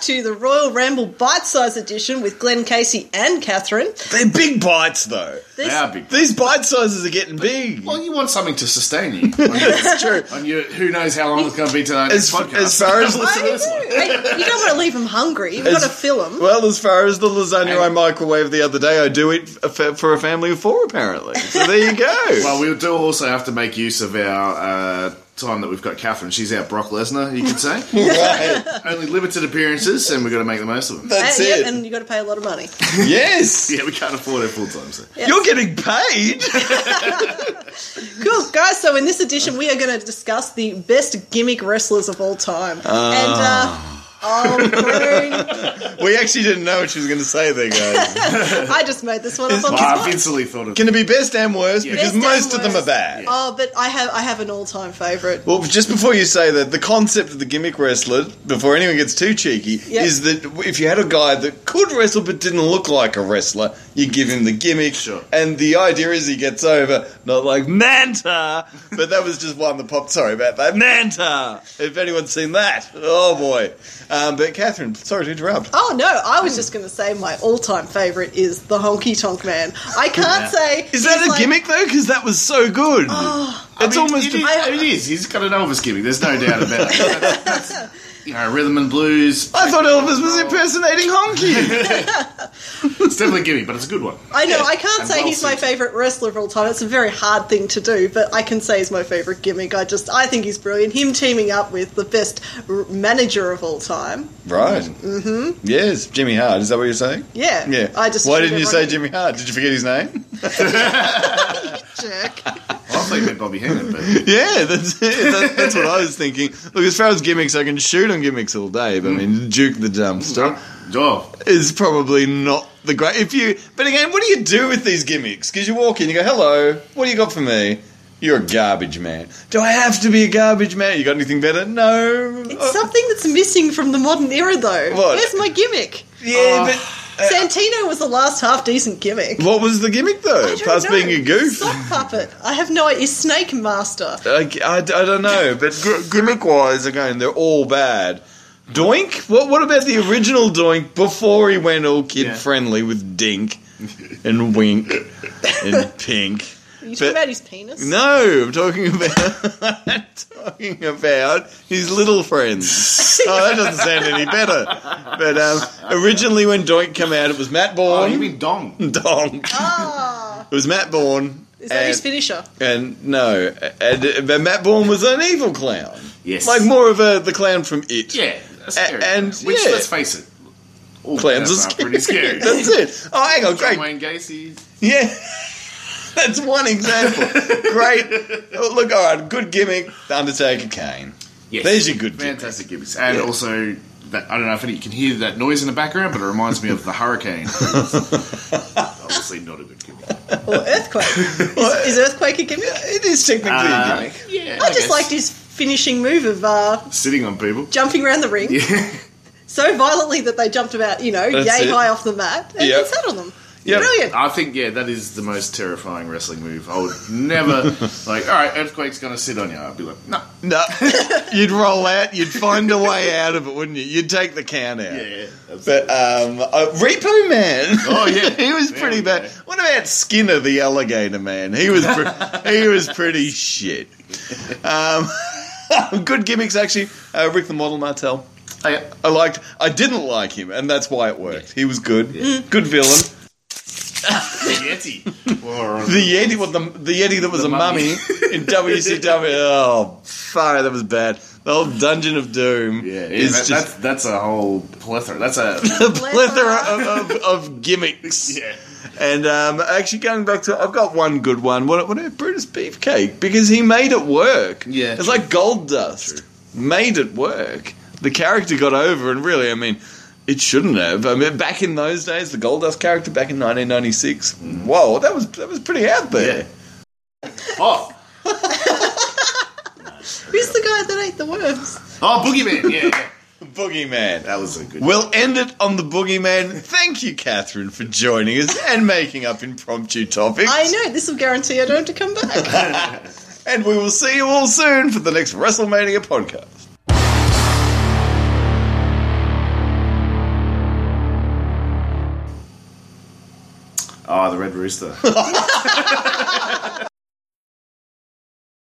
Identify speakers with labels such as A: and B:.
A: to the Royal Ramble Bite Size Edition with Glenn Casey and Catherine.
B: They're big bites, though.
A: This-
C: They are big.
B: These bite sizes are getting big.
C: Well, you want something to sustain you. On your,
B: It's true.
C: on your, who knows how long it's going to be tonight?
B: As,
C: podcast.
B: as far as
A: I
B: listen to this one.
A: know. I- you don't want to leave them hungry. You've got to fill them.
B: Well, as far as the lasagna
C: And-
B: I microwaved the other day, I do it f- for a family of four, apparently. So there you go.
C: Well, we do also have to make use of our uh, time that we've got Catherine. She's our Brock Lesnar, you could say.
B: Right.
C: Only limited appearances, and we've got to make the most of them.
B: That's
A: and, yeah,
B: it.
A: and you've got to pay a lot of money.
B: yes.
C: Yeah, we can't afford her full time. So.
B: You're getting paid.
A: Cool, guys. So in this edition, we are going to discuss the best gimmick wrestlers of all time.
B: Ah.
A: And, uh, oh,
B: we actually didn't know what she was going to say there, guys.
A: Brune. I just made this one up on
C: Well,
A: the
C: I've
A: spot.
C: instantly thought of
B: Can it be best and worst? Because
A: Best and
B: most of them
A: worst.
B: are bad.
A: Oh, but I have I have an all time favorite.
B: Well, just before you say that, the concept of the gimmick wrestler, before anyone gets too cheeky,
A: Yep.
B: is that if you had a guy that could wrestle but didn't look like a wrestler, you give him the gimmick,
C: Sure.
B: and the idea is he gets over, not like Manta, but that was just one that popped. Sorry about that, Manta. If anyone's seen that, oh boy. Um, but Catherine, sorry to interrupt.
A: Oh no, I
B: Hmm.
A: was just going to say my all time favorite is the Honky Tonk Man. I can't say
B: Is that
A: he's
B: a
A: like-
B: gimmick though? Because that was so good. it's
C: Oh, I mean,
B: almost.
C: It is,
A: I-
C: it is. He's got an Elvis gimmick. There's no doubt about it. That's, that's, you know, rhythm and blues.
B: I thought Elvis was impersonating Honky.
C: It's definitely a gimmick, but it's a good one.
A: I know I can't
C: And
A: say
C: well
A: he's my
C: suited.
A: favorite wrestler of all time. It's a very hard thing to do, but I can say he's my favorite gimmick. I just I think he's brilliant. Him teaming up with the best r- manager of all time.
B: Right. Mm-hmm. Yes, Jimmy Hart. Is that what you're saying?
A: Yeah.
B: Yeah.
A: I just
B: Why didn't you say
A: everyone-
B: Jimmy Hart? Did you forget his name?
A: Jerk.
C: Well, I thought you meant Bobby Heenan, but
B: yeah, that's it. That, that's what I was thinking. Look, as far as gimmicks, I can shoot on gimmicks all day. But I mean, Duke the Dumpster
C: oh,
B: is probably not the great. If you, but again, what do you do with these gimmicks? Because you walk in, you go, "Hello, what do you got for me?" You're a garbage man. Do I have to be a garbage man? You got anything better? No.
A: It's
B: Uh,
A: something that's missing from the modern era, though.
B: What?
A: Where's my gimmick?
B: yeah, but uh,
A: Santino was the last half decent gimmick.
B: what was the gimmick though?
A: I don't
B: Past
A: know.
B: being a goof.
A: Sock puppet. I have no idea. Is Snake Master.
B: I, I, I don't know, but g- gimmick wise, again, they're all bad. Doink? What What about the original Doink before he went all kid
C: Yeah.
B: friendly with Dink and Wink and Pink?
A: Are you
B: But-
A: talking about his penis?
B: No, I'm talking about I'm talking about his little friends. Oh, that doesn't sound any better. But um, originally, when Doink came out, it was Matt
C: oh,
B: Bourne.
C: you mean Dong?
B: Donk.
A: Ah,
B: It was Matt Bourne.
A: is that his
B: and-
A: finisher?
B: and no, and, uh, but Matt Bourne was an evil clown.
C: Yes.
B: like more of a the clown from It.
C: Yeah, that's
B: A-
C: scary.
B: and-
C: which,
B: yeah.
C: let's face it, all
B: clowns are
C: clowns are pretty scary.
B: That's it. Oh, hang on,
C: John
B: great.
C: Wayne Gacy.
B: Yeah, that's one example. great. Oh, Look, all right, good gimmick. Undertaker Kane.
C: Yes.
B: There's your good gimmick.
C: Fantastic gimmicks. And
B: Yeah.
C: also, that, I don't know if any, you can hear that noise in the background, but it reminds me of the hurricane. Obviously, not a good gimmick.
A: Or Earthquake? is, is Earthquake a gimmick?
B: It is technically a
C: Uh,
B: gimmick.
C: Yeah,
A: I just
C: guess.
A: liked his finishing move of uh,
C: sitting on people.
A: jumping around the ring so violently that they jumped about, you know,
B: That's
A: yay
B: it.
A: high off the mat and
B: Yep.
A: then sat on them.
B: Yep.
A: Brilliant.
C: I think yeah, that is the most terrifying wrestling move. I would never like. All right, earthquake's gonna sit on you. I'd be like, no.
B: No, you'd roll out. You'd find a way out of it, wouldn't you? You'd take the count out.
C: Yeah. that's-
B: But um, uh, Repo Man.
C: Oh, yeah.
B: he was
C: There
B: pretty
C: we
B: bad.
C: go.
B: What about Skinner the Alligator Man? He was pre- he was pretty shit. Um, good gimmicks actually. Uh, Rick the Model Martel.
C: Oh, yeah.
B: I liked. I didn't like him, and that's why it worked. He was good. Good villain.
C: The Yeti. Or-
B: The Yeti, well, the, the Yeti that was a mummy,
C: mummy.
B: in WCW. Oh, fire, that was bad. The whole Dungeon of Doom
C: yeah, yeah
B: is
C: that,
B: just
C: that's that's a whole plethora. That's a
B: a plethora of, of, of gimmicks.
C: yeah.
B: And um, actually, going back to, I've got one good one. What, what about Brutus Beefcake? Because he made it work.
C: Yeah,
B: it's
C: true.
B: like gold dust made it work. The character got over, and really, I mean, it shouldn't have. I mean, back in those days, the gold dust character back in 1996. Whoa, that was that was pretty out there.
C: Yeah. Oh,
A: Who's the guy that ate the worms?
C: oh, boogeyman. Yeah, yeah.
B: Boogeyman.
C: that was a good.
B: We'll end it on the boogeyman. Thank you, Catherine, for joining us and making up impromptu topics.
A: I know, this will guarantee I don't have to come back.
B: And we will see you all soon for the next WrestleMania podcast.
C: Ah, the Red Rooster.